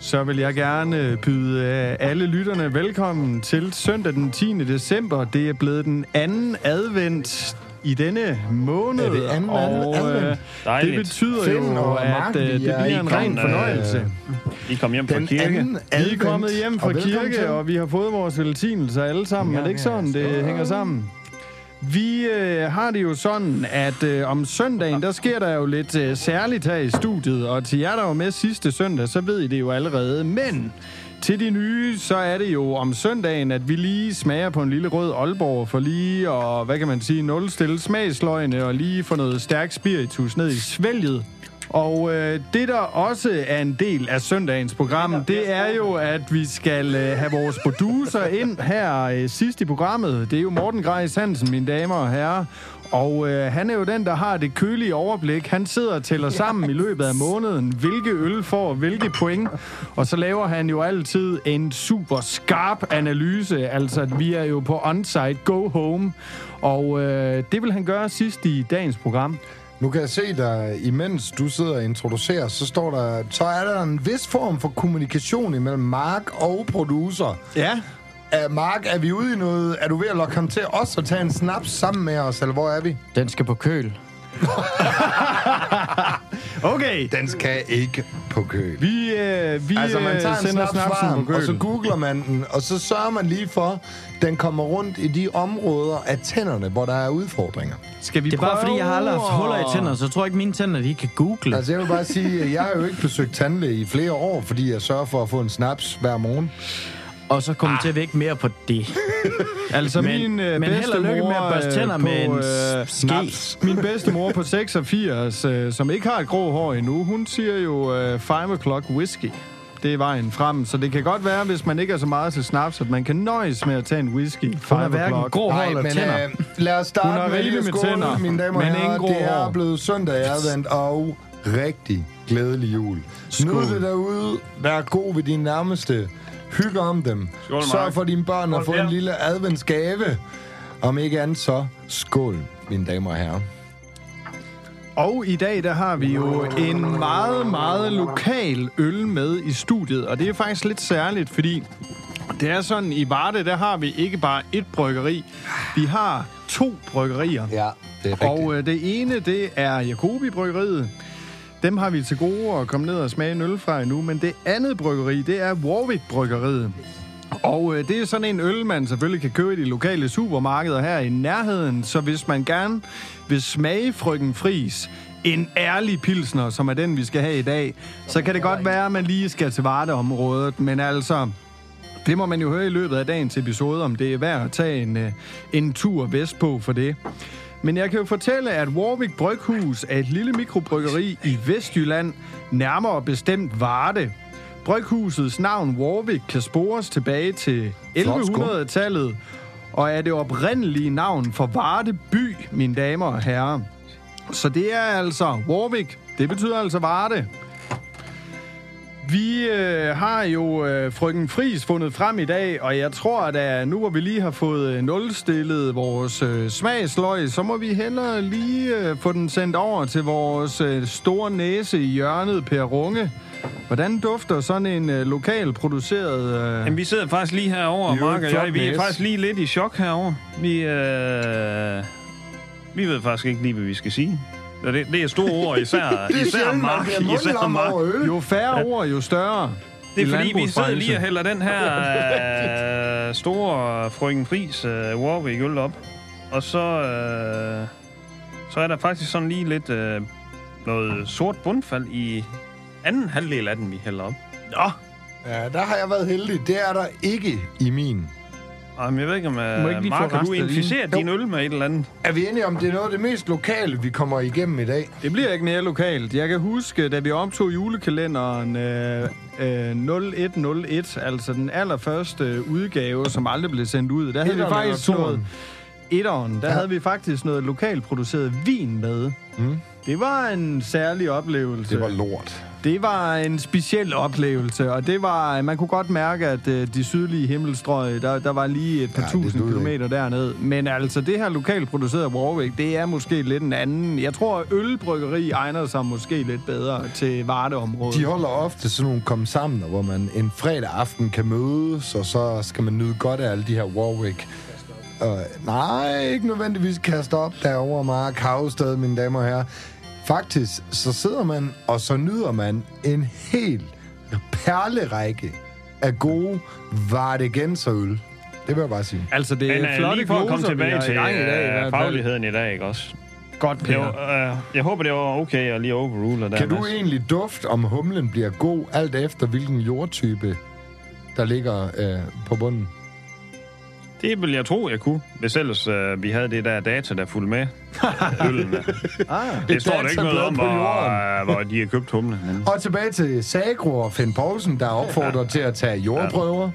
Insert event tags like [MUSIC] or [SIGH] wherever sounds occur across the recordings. så vil jeg gerne øh, byde øh, alle lytterne velkommen til søndag den 10. december. Det er blevet den anden advent i denne måned. øh, Er det anden advent? det Dejligt. betyder Finn jo, og at Mark, øh, vi det er bliver i en gang, ren øh, fornøjelse. I kom hjem fra Den kirke. anden Vi er kommet hjem fra og velkommen til. kirke, og vi har fået vores velsignelser alle sammen. Ja, er det ikke det er sådan, det sådan. hænger sammen? Vi øh, har det jo sådan, at øh, om søndagen, der sker der jo lidt øh, særligt her i studiet. Og til jer, der var med sidste søndag, så ved I det jo allerede. Men til de nye, så er det jo om søndagen, at vi lige smager på en lille rød Aalborg for lige, og hvad kan man sige, nulstille smagsløgene, og lige få noget stærk spiritus ned i svælget. Og øh, det, der også er en del af søndagens program, det er jo, at vi skal øh, have vores producer ind her øh, sidst i programmet. Det er jo Morten Grejs Hansen, mine damer og herrer. Og øh, han er jo den, der har det kølige overblik. Han sidder og tæller sammen i løbet af måneden, hvilke øl får hvilke point. Og så laver han jo altid en super skarp analyse. Altså, at vi er jo på onsite go home. Og øh, det vil han gøre sidst i dagens program. Nu kan jeg se dig, imens du sidder og introducerer, så står der, så er der en vis form for kommunikation imellem Mark og producer. Ja, Er, Mark, er vi ude i noget? Er du ved at lokke ham til os og tage en snaps sammen med os, eller hvor er vi? Den skal på køl. okay. Den skal ikke på køl. Vi, øh, vi Altså, man tager øh, en sender snaps snapsen varm, på køl. og så googler man den, og så sørger man lige for, at den kommer rundt i de områder af tænderne, hvor der er udfordringer. Skal vi Det er bare prøve fordi, jeg har aldrig haft at- huller i tænder, så jeg tror ikke, mine tænder de kan google. Altså, jeg vil bare sige, at jeg har jo ikke besøgt tandlæge i flere år, fordi jeg sørger for at få en snaps hver morgen. Og så kommer ah. til at vække mere på det. Altså, Men- min øh, men held og lykke bedstemor, med at børste øh, tænder på, med en øh, ske. snaps. Min bedstemor på 86, øh, som ikke har et grå hår endnu, hun siger jo øh, 5 o'clock whisky. Det er vejen frem, så det kan godt være, hvis man ikke er så meget til snaps, at man kan nøjes med at tage en whisky. Hun er hverken grå hår eller tænder. øh, lad os Hun har starte med rigeligt med lige skål, tænder, mine damer og men herrer. ingen grå Det er hår. blevet søndag i advent, og rigtig glædelig jul. Nyd det derude. Vær god ved dine nærmeste. Hygge om dem. Skål, Mark. Sørg for dine børn at Skål, få en Per. lille adventsgave. Om ikke andet så skål, mine damer og herrer. Og i dag, der har vi jo en meget, meget lokal øl med i studiet. Og det er faktisk lidt særligt, fordi det er sådan, i Varde, der har vi ikke bare et bryggeri. Vi har to bryggerier. Ja, det er rigtigt. Og øh, det ene, det er Jacobi Bryggeriet. Dem har vi til gode at komme ned og smage en øl fra endnu. Men det andet bryggeri, det er Warwick Bryggeriet. Og øh, det er sådan en øl, man selvfølgelig kan købe i de lokale supermarkeder her i nærheden. Så hvis man gerne vil smage frøken fris, en ærlig pilsner, som er den, vi skal have i dag, så kan det godt være, at man lige skal til Vardeområdet. Men altså, det må man jo høre i løbet af dagens episode, om det er værd at tage en, øh, en tur vestpå for det. Men jeg kan jo fortælle, at Warwick Bryghus er et lille mikrobryggeri i Vestjylland, nærmere bestemt Varde. Bryghusets navn Warwick kan spores tilbage til Flot skum. 1100-tallet, og er det oprindelige navn for Varde by, mine damer og herrer. Så det er altså Warwick, det betyder altså Varde. Vi øh, har jo øh, frøken Fris fundet frem i dag, og jeg tror, at øh, nu hvor vi lige har fået øh, nulstillet vores øh, smagsløg, så må vi hellere lige øh, få den sendt over til vores øh, store næse i hjørnet, Per Runge. Hvordan dufter sådan en øh, lokal produceret... Øh... Jamen, vi sidder faktisk lige herover, Vi er jo Mark og et flot jeg. Vi er næs. faktisk lige lidt i chok herover. Vi, øh, vi ved faktisk ikke lige, hvad vi skal sige. Og Det, det er store [LAUGHS] ord, især, øh, det er især sjældent, Mark. man bliver Især mundlam Mark. over øl. Jo færre ja. ord, jo større. Det i er fordi, vi sidder landbrugsbranchen. lige og hælder den [LAUGHS] her øh, store frøken Fris øh, Warwick øl op. Og så, øh, så er der faktisk sådan lige lidt øh, noget sort bundfald i anden halvdel af den, vi hælder op. Ja, der har jeg været heldig. Det er der ikke i min. Jamen, jeg ved ikke, om må ikke uh, lige Mark, få har du resten af din- inficeret din øl med et eller andet? Er vi enige om, det er noget af det mest lokale, vi kommer igennem i dag? Det bliver ikke mere lokalt. Jeg kan huske, da vi optog julekalenderen øh, øh, 0101, altså den allerførste udgave, som aldrig blev sendt ud, der havde vi Etteren faktisk eller noget... toeren? Etteren, der ja. Ja. havde vi faktisk noget lokalproduceret vin med. Mm. Det var en særlig oplevelse. Det var lort. Det var en speciel oplevelse, og det var, man kunne godt mærke, at øh, de sydlige himmelstrøg, der, der var lige et par Ja, ja, det tusind duede ikke. kilometer derned. Men altså, det her lokalt producerede Warwick, det er måske lidt en anden. Jeg tror, at ølbryggeri egner sig måske lidt bedre til Vardeområdet. De holder ofte sådan nogle kom sammen, hvor man en fredag aften kan mødes, og så skal man nyde godt af alle de her Warwick. Uh, nej, ikke nødvendigvis kaste op derovre Mark Havsted, mine damer og herrer. Faktisk, så sidder man, og så nyder man en hel perlerække af gode vardegenserøl. Det vil jeg bare sige. Altså, det er Men Men, øh, flotte lige for at komme gloser, vi tilbage har i til gang i dag, i øh, hvert fald. fagligheden i dag, ikke også? Godt, Det Peter. var, øh, jeg håber, det var okay at lige overrule der. Kan du Mads. egentlig dufte, om humlen bliver god, alt efter hvilken jordtype, der ligger øh, på bunden? Det ville jeg tro, jeg kunne, hvis ellers øh, vi havde det der data, der fulgte med øh, [LAUGHS] ølene. Ah. Det står der ikke noget datablad om, på hvor, jorden. øh, hvor de har købt humlen. [LAUGHS] henne. Og tilbage til Sagro og Finn Poulsen, der opfordrer [LAUGHS] til at tage jordprøver.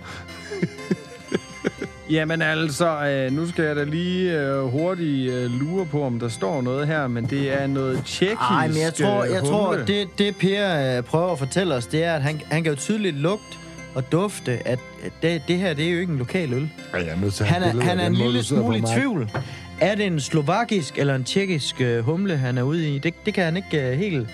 Jamen altså, øh, nu skal jeg da lige øh, hurtigt øh, lure på, om der står noget her, men det er noget tjekkisk Nej, Ah, men jeg tror, øh, jeg tror humle. det, det Per øh, prøver at fortælle os, det er, at han, han kan jo tydeligt lugte og dufte, at at det, det her, det er jo ikke en lokal øl. Ej, jeg er nødt til at Han have er, billeder han af er en den måde, lille du sidder på, smule i Mark. tvivl. Er det en slovakisk eller en tjekkisk øh, humle, han er ude i? Det, det kan han ikke øh, helt...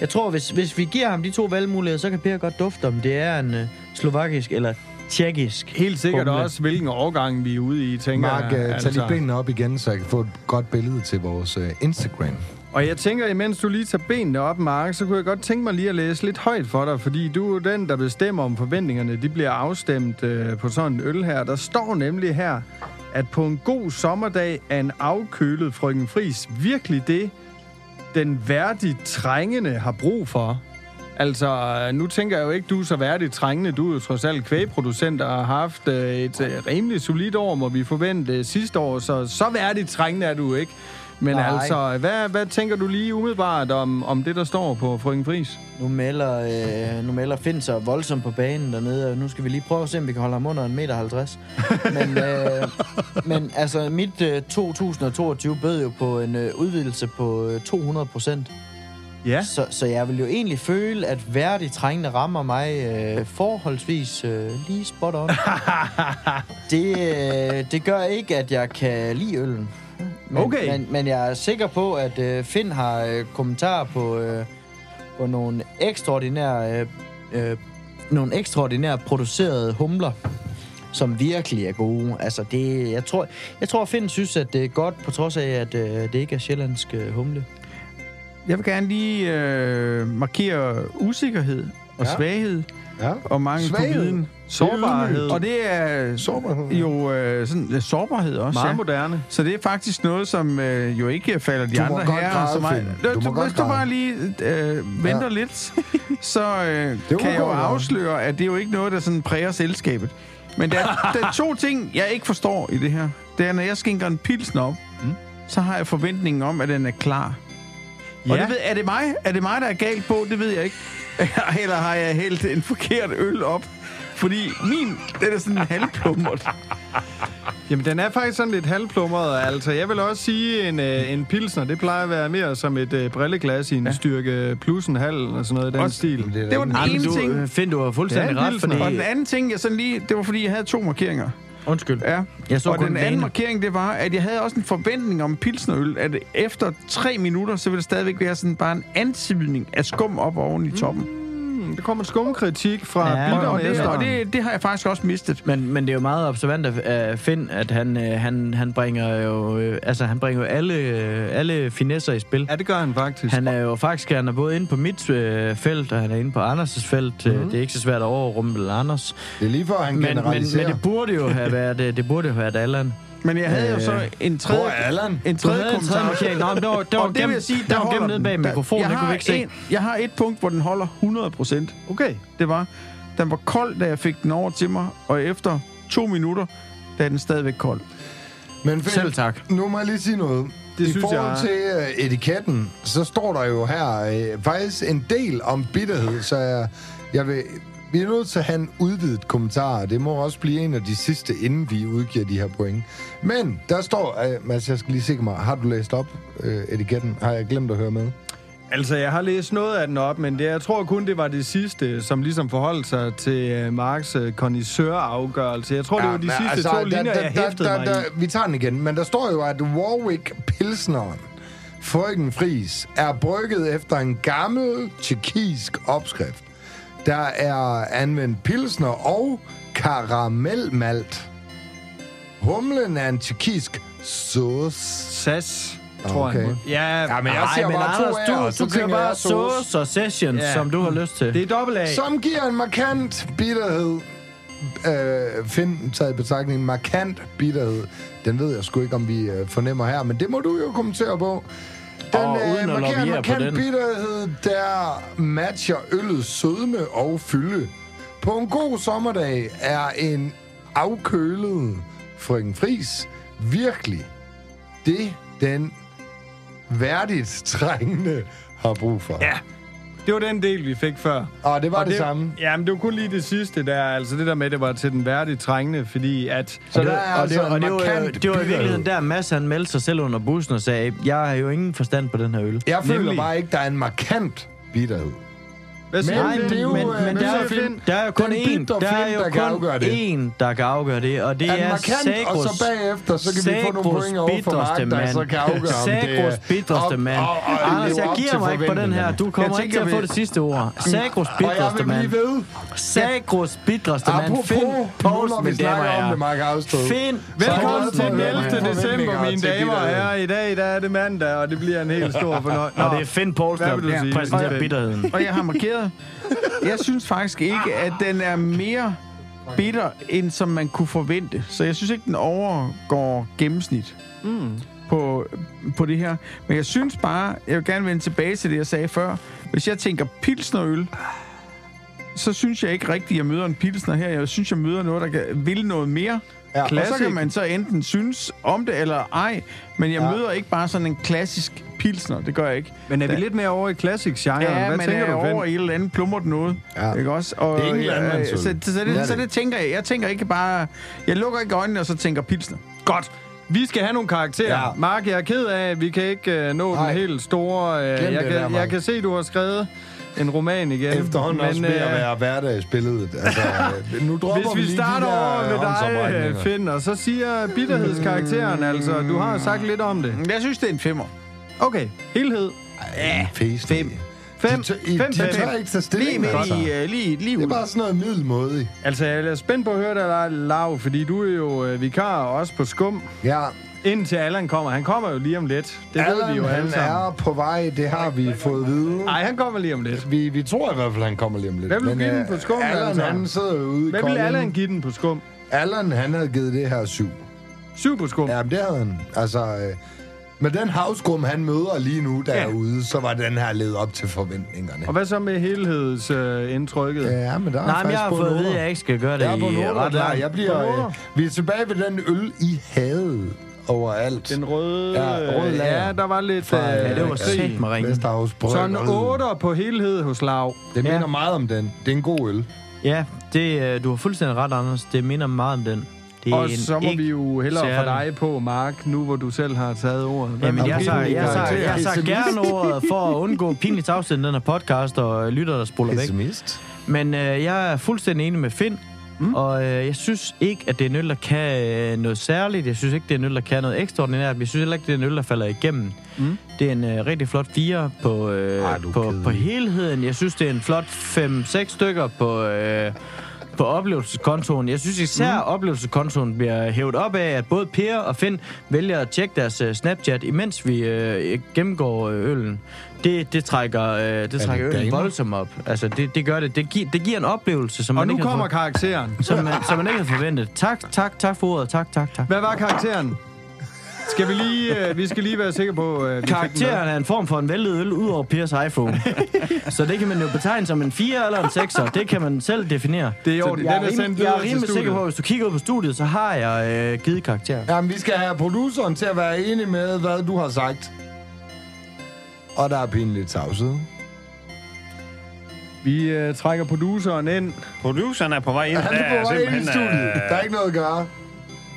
Jeg tror, hvis, hvis vi giver ham de to valgmuligheder, så kan Per godt dufte, om det er en øh, slovakisk eller tjekkisk. Helt sikkert humle. også, hvilken årgang vi er ude i, tænker Mark, jeg. altså. øh, tag altså. lige benene op igen, så jeg kan få et godt billede til vores øh, Instagram. Og jeg tænker, imens du lige tager benene op, Mark, så kunne jeg godt tænke mig lige at læse lidt højt for dig, fordi du er jo den, der bestemmer, om forventningerne de bliver afstemt øh, på sådan en øl her. Der står nemlig her, at på en god sommerdag er en afkølet frøken Fris virkelig det, den værdigt trængende har brug for. Altså, øh, nu tænker jeg jo ikke, du er så værdigt trængende. Du er jo trods alt kvægproducent og har haft øh, et øh, rimelig solidt år, må vi forvente øh, sidste år. Så så værdigt trængende er du ikke. Men Nej. Nej. altså, hvad, hvad tænker du lige umiddelbart om, om det, der står på Frøken Fris? Nu melder, øh, nu melder Finn sig voldsomt på banen dernede, og nu skal vi lige prøve at se, om vi kan holde ham under 1,50 meter. Men, øh, men altså, mit øh, 2022 bød jo på en øh, udvidelse på øh, 200 procent. Ja. Så, så jeg vil jo egentlig føle, at værdig trængende rammer mig øh, forholdsvis øh, lige [LAUGHS] spot on. det, øh, det gør ikke, at jeg kan lide øllen. Men, Okay. men, men jeg er sikker på, at øh, Finn har øh, kommentarer på, øh, på nogle ekstraordinære, øh, øh, nogle ekstraordinære producerede humler, som virkelig er gode. Altså, det, jeg, tror, jeg tror, Finn synes, at det er godt, på trods af, at øh, det ikke er sjællandsk øh, humle. Jeg vil gerne lige øh, markere usikkerhed og Ja. ja. svaghed Ja. og mangel Svaghed. på viden. Sårbarhed. Og det er Sårbarhed, ja. jo øh, sådan, ja, sårbarhed også, Meget ja. moderne. Så det er faktisk noget, som øh, jo ikke falder de Du må andre godt herrer græde, så meget. Finn. Du, Du du, må du, godt hvis du græde. bare lige øh, venter Ja. ja. lidt, så er [LAUGHS] øh, kan jeg jo okay, ja. afsløre, at det er jo ikke noget, der sådan præger selskabet. Men der, der er to ting, jeg ikke forstår i det her. Det er, når jeg skænker en pilsen op, mm. så har jeg forventningen om, at den er klar. Ja. Og Ja. det ved, er, det mig? er det mig, der er galt på? Det ved jeg ikke. [LAUGHS] Eller har jeg hældt en forkert øl op? Fordi min, den er sådan halvplummert. Jamen, den er faktisk sådan lidt halvplummeret. Altså, jeg vil også sige, en, øh, en pilsner, det plejer at være mere som et øh, brilleglas i en ja. styrke plus en halv, eller sådan noget i den Også- stil. Jamen, Det var den da ene du, ting. øh, Finn, du har Det fuldstændig er en ret, vildt Og fordi... den anden ting, jeg sådan lige, det var fordi, jeg havde to markeringer. Undskyld. Ja. Jeg så og kun den den anden ene. markering, det var, at jeg havde også en forventning om pilsnerøl, at efter tre minutter, så ville der stadigvæk være sådan bare en antydning af skum op oven i toppen. Mm, Mm, Der kommer en skumkritik fra Ja, ja, og, det, og bittermesteren. det, det har jeg faktisk også mistet. Men, men det er jo meget observant af- af Finn, at han, øh, han, han bringer jo, øh, altså, han bringer jo alle, øh, alle finesser i spil. Ja, det gør han faktisk. Han er jo faktisk han er både inde på mit øh, felt, og han er inde på Anders' felt. Mm. Det er ikke så svært at overrumple Anders. Det er lige før, han Men, men, men generaliserer. det burde jo have været, øh, det burde jo have været Allan. Men jeg havde øh, jo Øh, så en Hvor tredje... er Allan? En Du tredje, havde en tredje markering. Nå, men der var, der Og var det vil gemt, jeg sige, der der var holder gemt nede den. bag Der- mikrofonen, jeg det kunne har vi ikke se. En, jeg har et punkt, hvor den holder 100 procent. Okay. Det var, den var kold, da jeg fik den over til mig, og efter to minutter, der er den stadigvæk kold. Men Finn, Selv tak. Nu må jeg lige sige noget. Det I synes forhold jeg- til øh, etiketten, så står der jo her øh, faktisk en del om bitterhed, så jeg, jeg vil, vi er nødt til at have en udvidet kommentar. Det må også blive en af de sidste, inden vi udgiver de her point. Men der står... Øh, Mads, jeg skal lige sikre mig. Har du læst op øh, etiketten? Har jeg glemt at høre med? Altså, jeg har læst noget af den op, men det, jeg tror kun, det var det sidste, som ligesom forholdt sig til øh, Marks øh, afgørelse. Jeg tror, ja, det var de men sidste altså, to linjer, jeg hæftede mig i. Vi tager den igen, men der står jo, at Warwick Pilsneren, Frøken Fris, er brygget efter en gammel tjekkisk opskrift. Der er anvendt pilsner og karamelmalt. Humlen er en tjekkisk sauce. SAS, tror Okay. jeg. Ja, Ja, men jeg siger men bare to Anders, af, og du, så du kører tænker bare jeg sauce. sauce og sessions, Ja. ja. som du har lyst til. det er dobbelt A. Som giver en markant bitterhed. Øh, find taget i betragtning en markant bitterhed. Den ved jeg sgu ikke, om vi øh, fornemmer her, men det må du jo kommentere på. Den øh, Og uden at markerer en lobbyere på markant den. bitterhed, der matcher øllets sødme og fylde. På en god sommerdag er en afkølet frøken fris virkelig det, den værdigt trængende har brug for. Ja, det var den del, vi fik før. Og det var det samme. Jamen, det var kun lige det sidste der, altså det der med, det var til den værdige trængende, fordi at... Så det, der er og det, altså og en det, var, jo- markant det var i bitterhed. virkeligheden der, Mads han meldte sig selv under bussen og sagde, jeg har jo ingen forstand på den her øl. Jeg føler Nemlig. bare ikke, der er en markant bitterhed. Hvad Men siger Nej, du, det er jo, Finn? men, øh, men Hvad der, er, siger jo Finn? Finn? der er jo kun Den én, dykter der er Finn, jo der kan kun afgøre det. én, der kan afgøre det, og det Er er, den markant, Sagros, og så bagefter, så kan vi få nogle Sagros point over for Mark, bitterste der så kan afgøre, om det er Sagros bitterste op- mand. og- og Anders, leve jeg op til giver mig ikke på den her. forventningerne. Du kommer Jeg ikke til at tænker, få vi- det sidste ord. Sagros Og jeg bitterste vil blive mand. ved. Sagros bitterste mand. Apropos, Find nu post, når vi mine damer snakker og om det, Mark herrer. Austad. Find Velkommen post, til mine den damer og 11. herrer. december, mine Forventninger til damer og bitterhed. herrer. I dag der er det mandag, og det bliver en helt stor fornøjelse. Og det er Finn Poulsen, Hvad vil du der sige? præsenterer Finn? bitterheden. Øhm, Og jeg har markeret. Jeg synes faktisk ikke, at den er mere bitter, end som man kunne forvente. Så jeg synes ikke, den overgår gennemsnit mm. på, på det her. Men jeg synes bare, jeg vil gerne vende tilbage til det, jeg sagde før. Hvis jeg tænker pilsnerøl, så synes jeg ikke rigtigt, at jeg møder en pilsner her. Jeg synes, jeg møder noget, der kan, vil noget mere. Ja. Ja, og så Klassik. kan man så enten synes om det eller ej. Men jeg ja. møder ikke bare sådan en klassisk pilsner. Det gør jeg ikke. Men er vi lidt mere over i classic-genren? Ja, Hvad man tænker er du, Finn? over i et eller andet plummert noget. Ja. Ja. Ikke også? Og, Det er ikke en ja, landmandsøl. så, så, det, så, Det er det, så det. det tænker jeg. Jeg tænker ikke bare... Jeg lukker ikke øjnene, og så tænker pilsner. Godt. Vi skal have nogle karakterer. Ja. Ja. Mark, jeg er ked af, at vi kan ikke uh, nå Nej. den helt store... Uh, Glem jeg, det kan, der, Mark. jeg kan se, du har skrevet en roman igen. Efterhånden også ved at øh, være hverdagsbilledet. Altså, øh, [LAUGHS] nu dropper Hvis vi lige starter de der over med dig, øh, håndsoprækninger. Finn, og så siger bitterhedskarakteren, altså, du har jo sagt lidt om det. Men Jeg synes, det er en femmer. Okay, helhed. Ja, fest. fem. Fem, De tør- I- fem, de fem, tør ikke tage Lige stilling, midt altså. i... Uh, lige, lige Det ud. er bare sådan noget middelmådigt. Altså, jeg er spændt på at høre dig, Lav, fordi du er jo øh, vikar og også på skum, Ja, indtil Allan kommer. Han kommer jo lige om lidt. Det ved vi jo han alle sammen. er på vej, det har vi fået at vide. Nej, han kommer lige om lidt. Vi, vi tror i hvert fald, han kommer lige om lidt. øh, Hvad vil du give den på skum, Allan, altså? han sidder jo ude i Hvad vil Kolding. Allan give den på skum? Allan, han havde givet det her syv. Syv på skum. Ja, men det havde han. Altså, øh, med den havsgrum, han møder lige nu derude, ja. så var den her ledet op til forventningerne. Og hvad så med helhedsindtrykket? Øh, ja. Ja, men der er Nej, faktisk men jeg har på en fået at vide, otter. at jeg ikke skal gøre det Jeg er på en i otter, ret klar. lang Jeg bliver, otter. øh, vi er tilbage ved den øl, I havde overalt. Den røde... Ja, rød lager. Øh, ja, der var lidt... Fra, øh, ja, Ja, det var krig. sæt mig ringe. Vesterhavs Bryg. Så en 8 på helhed hos Lav. Det Ja. minder meget om den. Det er en god øl. Ja, det, øh, du har fuldstændig ret, Anders. Det minder meget om den. Det er Og en så må ikke- vi jo hellere få særlig. dig på, Mark, nu hvor du selv har taget ordet. Hvad Jamen, vil jeg du tager, give den jeg, tager, karakter? jeg tager gerne ordet for at undgå pinligt afsted i den her podcast og øh, lytter, der spoler væk. Pessimist. Men øh, jeg er fuldstændig enig med Finn. Mm. Og øh, jeg synes ikke, at det er en øl, der kan øh, noget særligt. Jeg synes ikke, det er en øl, der kan noget ekstraordinært. Men jeg synes heller ikke, det er en øl, der falder igennem. Mm. Det er en øh, rigtig flot 4 på, øh, Ej, du er på, kedelig. på helheden. Jeg synes, det er en flot 5-6 stykker på, øh, på oplevelseskontoen. Jeg synes især, mm. oplevelseskontoen bliver hævet op af, at både Per og Finn vælger at tjekke deres øh, Snapchat, imens vi øh, gennemgår øh, øllen. Det, det trækker, øh, det trækker øllen damer? voldsomt op. Altså, det, det gør det. Det, gi- det giver en oplevelse, som Og man nu ikke kommer havde, karakteren. for- som man, som man ikke havde forventet. Tak, tak, tak for ordet. Tak, tak, tak. Hvad var karakteren? Skal vi lige... Øh, vi skal lige være sikre på... Øh, vi fik den Karakteren er en form for en væltet øl ud over Piers [LAUGHS] iPhone. så det kan man jo betegne som en 4 eller en 6'er. Det kan man selv definere. med. Det er altså i orden. Jeg Den er, er sendt rim- jeg er videre til rimelig sikker på, at studiet. hvis du kigger ud på studiet, så har jeg øh, givet karakter. Jamen, vi skal have produceren til at være enig med, hvad du har sagt. Og der er pinligt tavshed. Vi øh, trækker produceren ind. Produceren er på vej ind. Han Der er på vej ind i simpelthen, studiet. øh, Der er ikke noget at gøre.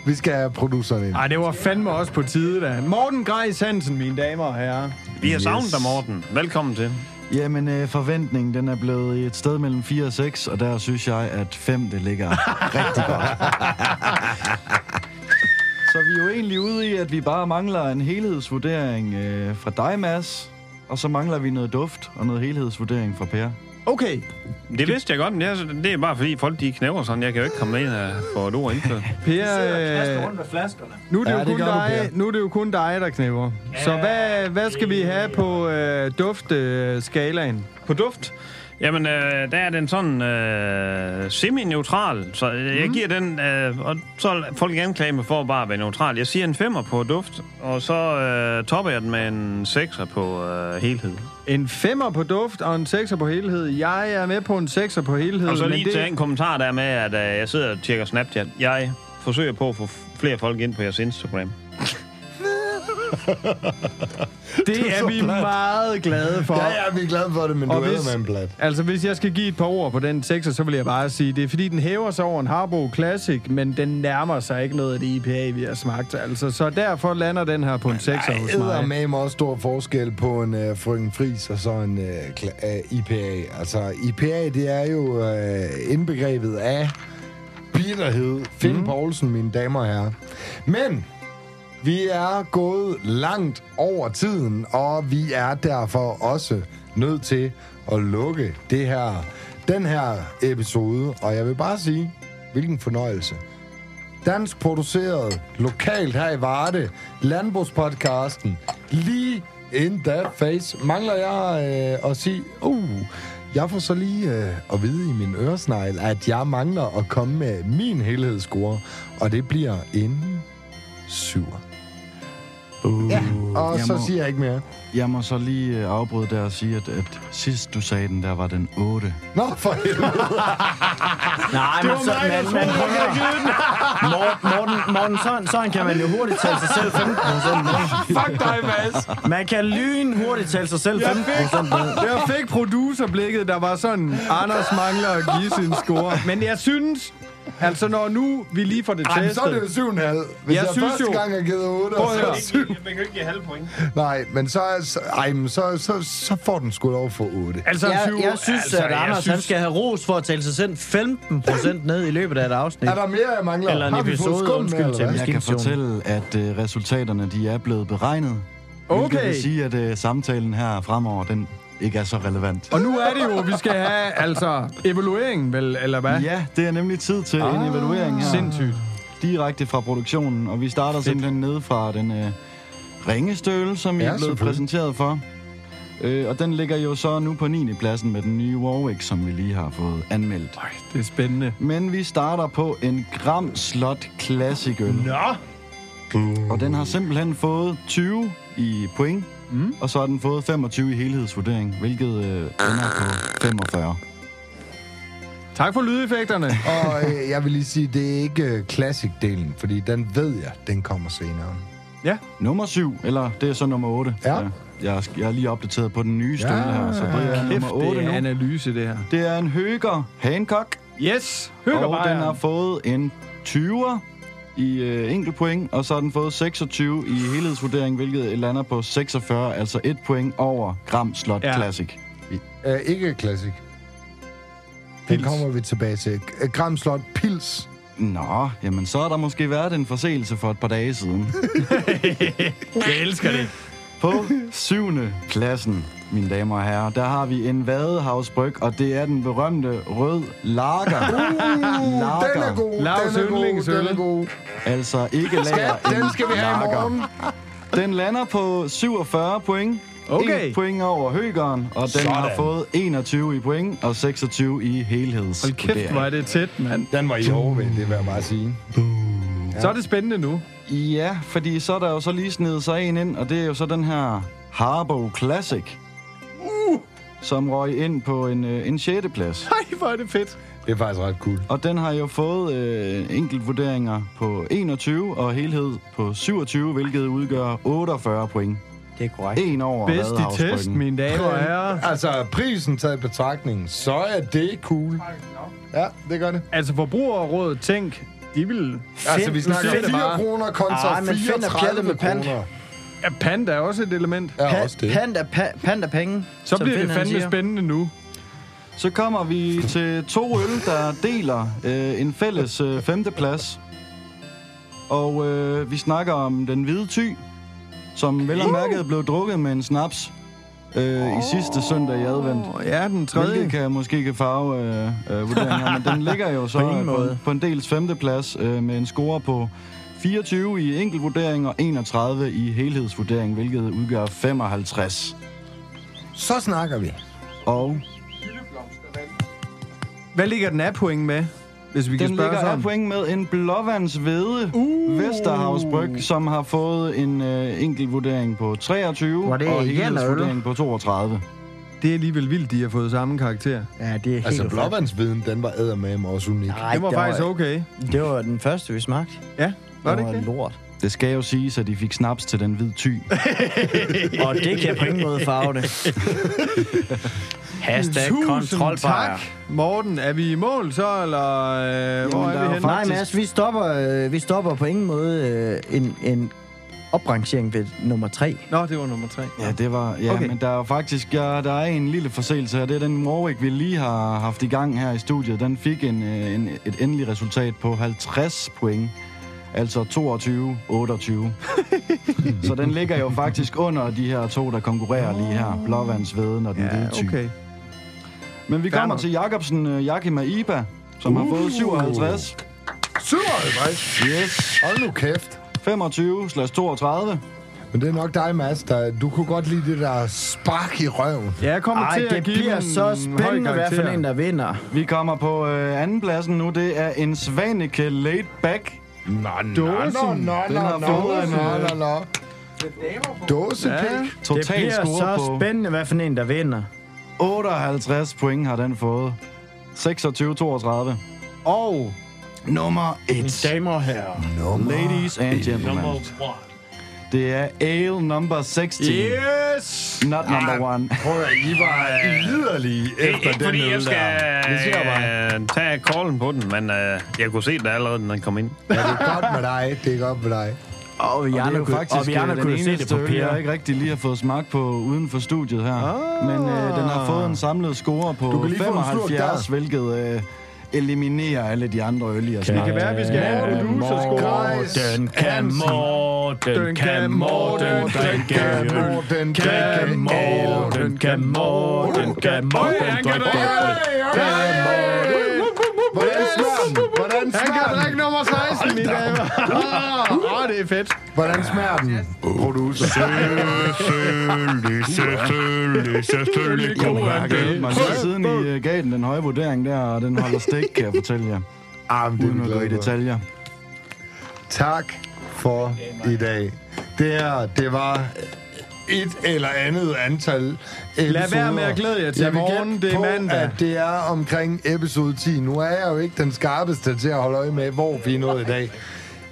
Vi skal have produceren ind. Ej, det var fandme også på tide, da. Morten Grejs Hansen, mine damer og herrer. Vi har savnet dig, Morten. Velkommen til. Jamen, øh, forventningen den er blevet i et sted mellem 4 og 6, og der synes jeg, at 5 det ligger rigtig godt. Så vi er jo egentlig ude i, at vi bare mangler en helhedsvurdering øh, fra dig, Mads, og så mangler vi noget duft og noget helhedsvurdering fra Per. Okay, Det vidste jeg godt, men det er, det er bare fordi folk de knæver sådan. Jeg kan jo ikke komme ind og få et ord indført. Per, øh, med flaskerne. nu, er det Ja, jo det kun gør du, dig, nu er det jo kun dig, der knæver. Så hvad, hvad skal vi have på øh, duftskalaen? Øh, skalaen? På duft? Jamen, øh, der er den sådan øh, semi-neutral, så øh, jeg giver den, øh, og så er folk anklage mig for bare at være neutral. Jeg siger en femmer på duft, og så øh, topper jeg den med en sekser på øh, helhed. en femmer på duft og en sekser på helhed. Jeg er med på en sekser på helhed. Og så men lige det- til en kommentar der med, at øh, jeg sidder og tjekker Snapchat. Jeg forsøger på at få flere folk ind på jeres Instagram. Det er vi meget glade for. Ja, ja, vi er glade for det, men Og du hvis- er med en blad. Altså, hvis jeg skal give et par ord på den sekser, så vil jeg bare sige, det er fordi, den hæver sig over en Harbo Classic, men den nærmer sig ikke noget af det IPA, vi har smagt. Altså, så derfor lander den her på en sekser hos Der er mig. med også stor forskel på en øh, frøken fris og så en øh, kla- øh, IPA. Altså, IPA, det er jo øh, indbegrebet af bitterhed. Finn mm. Poulsen, mine damer og herrer. Men vi er gået langt over tiden, og vi er derfor også nødt til at lukke det her, den her episode. Og jeg vil bare sige, hvilken fornøjelse. Dansk produceret, lokalt her i Varde, landbrugspodcasten, lige in the face. Mangler jeg øh, at sige, uh, jeg får så lige øh, at vide i min øresnegl, at jeg mangler at komme med min helhedsscore, og det bliver en syver. Uh, ja, Og jeg, så må, siger jeg ikke mere. jeg må så lige øh, afbryde der og sige, at, at sidst du sagde den der, var den 8. Nå, for helvede. [LAUGHS] Nej, men så, man, man, [LAUGHS] Morten, Morten, Morten sådan, sådan kan man jo hurtigt tale sig [LAUGHS] selv 15 procent fuck dig, Mads. Man kan lyn hurtigt tale sig selv 15 procent Jeg fik producerblikket, der var sådan, Anders mangler at give sin score. Men jeg synes, altså når nu vi lige får det Ej, testet... så er det jo syv og en halv. Hvis Jeg jeg, synes første jo- gang har givet 8, Prøv at så høre. er det syv. Man kan jo ikke give halv point. Nej, men så, er- så, ej, men så, så, så får den sgu lov for 8. Altså, en syver- Jeg, jeg synes, altså, at jeg Anders han skal have ros for at tale sig selv 15 procent ned i løbet af et afsnit. Er der mere, jeg mangler? Eller en har vi fået episode, skum med, undskyld eller til hvad? mig. Jeg kan Skinflation. fortælle, at øh, resultaterne de er blevet beregnet. Hvilket Okay. vil sige, at øh, samtalen her fremover, den ikke er så relevant. Og nu er det jo, vi skal have, altså, evalueringen, vel, eller hvad? Ja, det er nemlig tid til ah, en evaluering her. Sindssygt. Direkte fra produktionen, og vi starter Fedt. simpelthen nede fra den øh, ringestøl, som I Ja, er blevet selvfølgelig. præsenteret for. Øh, og den ligger jo så nu på 9. pladsen med den nye Warwick, som vi lige har fået anmeldt. Ej, det er spændende. Men vi starter på en Gram Slot Classic øl. Nå! Og den har simpelthen fået 20 i point, mm. og så har den fået 25 i helhedsvurdering, hvilket øh, ender på 45. Tak for lydeffekterne. Og øh, jeg vil lige sige, det er ikke øh, classic-delen, fordi den ved jeg, den kommer senere. Nummer 7, eller det er så nummer 8. Ja. Jeg, er- jeg er lige opdateret på den nye støtte Ja, her, så det er Kæft, nummer det 8 er nu. analyse, det her. Det er en Høger Hancock, Yes, og den har hyggerbejeren. fået en 20'er i øh, enkelt point, og så har den fået 26 i helhedsvurdering, hvilket lander på 46, altså et point over Gram Slot Ja. ja. Classic. Øh, ikke classic. Den Pils. kommer vi tilbage til. Øh, Gram Slot Pils. Nå, jamen så har der måske været en forseelse for et par dage siden. Jeg elsker det. På syvende pladsen, mine damer og herrer, der har vi en vadehavsbryg, og det er den berømte rød lager. lager. Den er god, Lavs den er god, den yndlingsøl. er god. Altså ikke lager, en Den skal vi have i lager. morgen. Den lander på 47 point. Okay. En point over høgeren, og den Sådan. har fået 21 i point og 26 i Hold helhedsvurdering. kæft, hvor er det tæt, mand. Den var i overvind, det vil jeg bare sige. Så er det spændende nu. Ja, fordi så er der jo så lige snedet sig en ind, og det er jo så den her Harbo Classic. Uh! Som røg ind på en, øh, en 6. plads. Ej, hvor er det fedt. Det er faktisk ret cool. Og den har jo fået øh, enkeltvurderinger på 21 og helhed på 27, hvilket udgør 48 point. Det er korrekt. En over Bedst i Vadehavsbryggen. test, mine damer [LAUGHS] og herrer. Altså, prisen taget i betragtning, så er det cool. Ja, det gør det. Altså, forbrugerrådet, tænk, de vil... Altså, vi siger snakker det 4 bare. kroner kontra Ej, Ah, men Finn er pjattet 34 med pant. kroner. Ja, panda er også et element. Ja, også Pa- det. panda, pa- panda penge. Så bliver det fandme spændende nu. Så kommer vi til to øl, der deler øh, en fælles øh, femteplads. Og øh, vi snakker om den hvide ty, som vel og mærket blev drukket med en snaps øh, i sidste søndag i advent. Åh, Ja, den tredje. Hvilket kan måske kan farve øh, øh, vurderingen her, [LAUGHS] men den ligger jo så På ingen øh, på, måde. på en dels femteplads øh, med en score på 24 i enkeltvurdering og 31 i helhedsvurdering, hvilket udgør 55. Så snakker vi. Og Hvad ligger den af point med, hvis vi Den kan spørge ligger af sådan? point med en blåvandsvede uh. Vesterhavsbryg, som har fået en øh, enkelt vurdering på 23 Var det og igen, eller? helhedsvurdering på 32. Det er alligevel vildt, de har fået samme karakter. Ja, det er helt Altså, ufatteligt. blåvandsviden, den var eddermame også unik. Nej, det var faktisk okay. Det var den første, vi smagte. Ja, var det var ikke det? lort. Det skal jo siges, at de fik snaps til den hvide ty. Og det kan på ingen måde [LAUGHS] farve det. Hashtag Tusind kontrolbejer. tak, Morten. Er vi i mål så, eller øh, hvor der er er jo vi henne? Nej, Mads, vi stopper, øh, vi stopper på ingen måde øh, en, en oprangering ved nummer tre. Nå, det var nummer tre. Ja, det var... Ja, Okay. okay. men der er jo faktisk... Ja, der er en lille forseelse her. Det er den Warwick, vi lige har haft i gang her i studiet. Den fik en, øh, en, et endeligt resultat på 50 point. Altså [LAUGHS] 22-28. Så den ligger jo faktisk under de her to, der konkurrerer lige her. Blåvandsveden og den hvide ty. Ja, okay. Men vi Fair kommer nok. til Jakobsen uh, Jakima Iba, som har Uh. fået 57. 57! Yes. Hold nu kæft. 25 slash 32. Men det er nok dig, Mads, der, du kunne godt lide det der spark i røven. Ja, jeg kommer Ej, til at det give bliver den så en høj spændende, hvad for karakter. en, der vinder. Vi kommer på øh, andenpladsen nu. Det er en Svanike laid back. Nå, nå, nå, nå, Den har nå, nå, fået en, nå, nå, nå. Ja. Dåsepik. Det Total bliver så score på spændende, hvad for en, der vinder. 58 point har den fået. 26-32. Og Nummer 1. Damer og herrer. Ladies and gentlemen. Det er ale number 16. yes! Not number Ah. one. Prøv at I var liderlige Det er efter ikke den fordi, jeg øl skal der. Det siger jeg bare. øh, tage callen på den, men øh, jeg kunne se det allerede, når den kom ind. Ja, det er godt med dig. Det er godt med dig. Og vi Og det er andre jo kunne, faktisk og vi øh, andre den kunne se eneste det på øl, jeg Per. ikke rigtig lige har fået smag på uden for studiet her. Ah. Men øh, den har fået en samlet score Du på kan lige få en slurk 75, der. hvilket øh, eliminerer alle de andre øl, jeg Det kan smagte. være, at vi skal have Øh, en producer-score. Guys, Den kan Morten, kan Morten drikke øl. Morten, Kan Morten, kan Morten, kan Morten drikke øl. Hvordan smager den? Hvordan Han kan smager drikke den? nummer 16, mine damer. [LAUGHS] Åh, Ah, oh, det er fedt. Hvordan smager den? Producer. Selvfølgelig, selvfølgelig, selvfølgelig, god Jeg har glædet mig lige siden I øh, gav den den høje vurdering der, og den holder stik, kan jeg fortælle jer. Ah, men det Uden er at vi gå i glade for. detaljer. Tak for i dag. Det her, det var et eller andet antal episoder. være med at glæde jer til Jeg vil morgen. gætte Det er på, mandag. at det er omkring episode 10. Nu er jeg jo ikke den skarpeste til at holde øje med, hvor vi er nået i dag.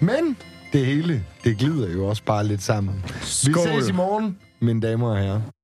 Men det hele, det glider jo også bare lidt sammen. Vi ses i morgen, mine damer og herrer.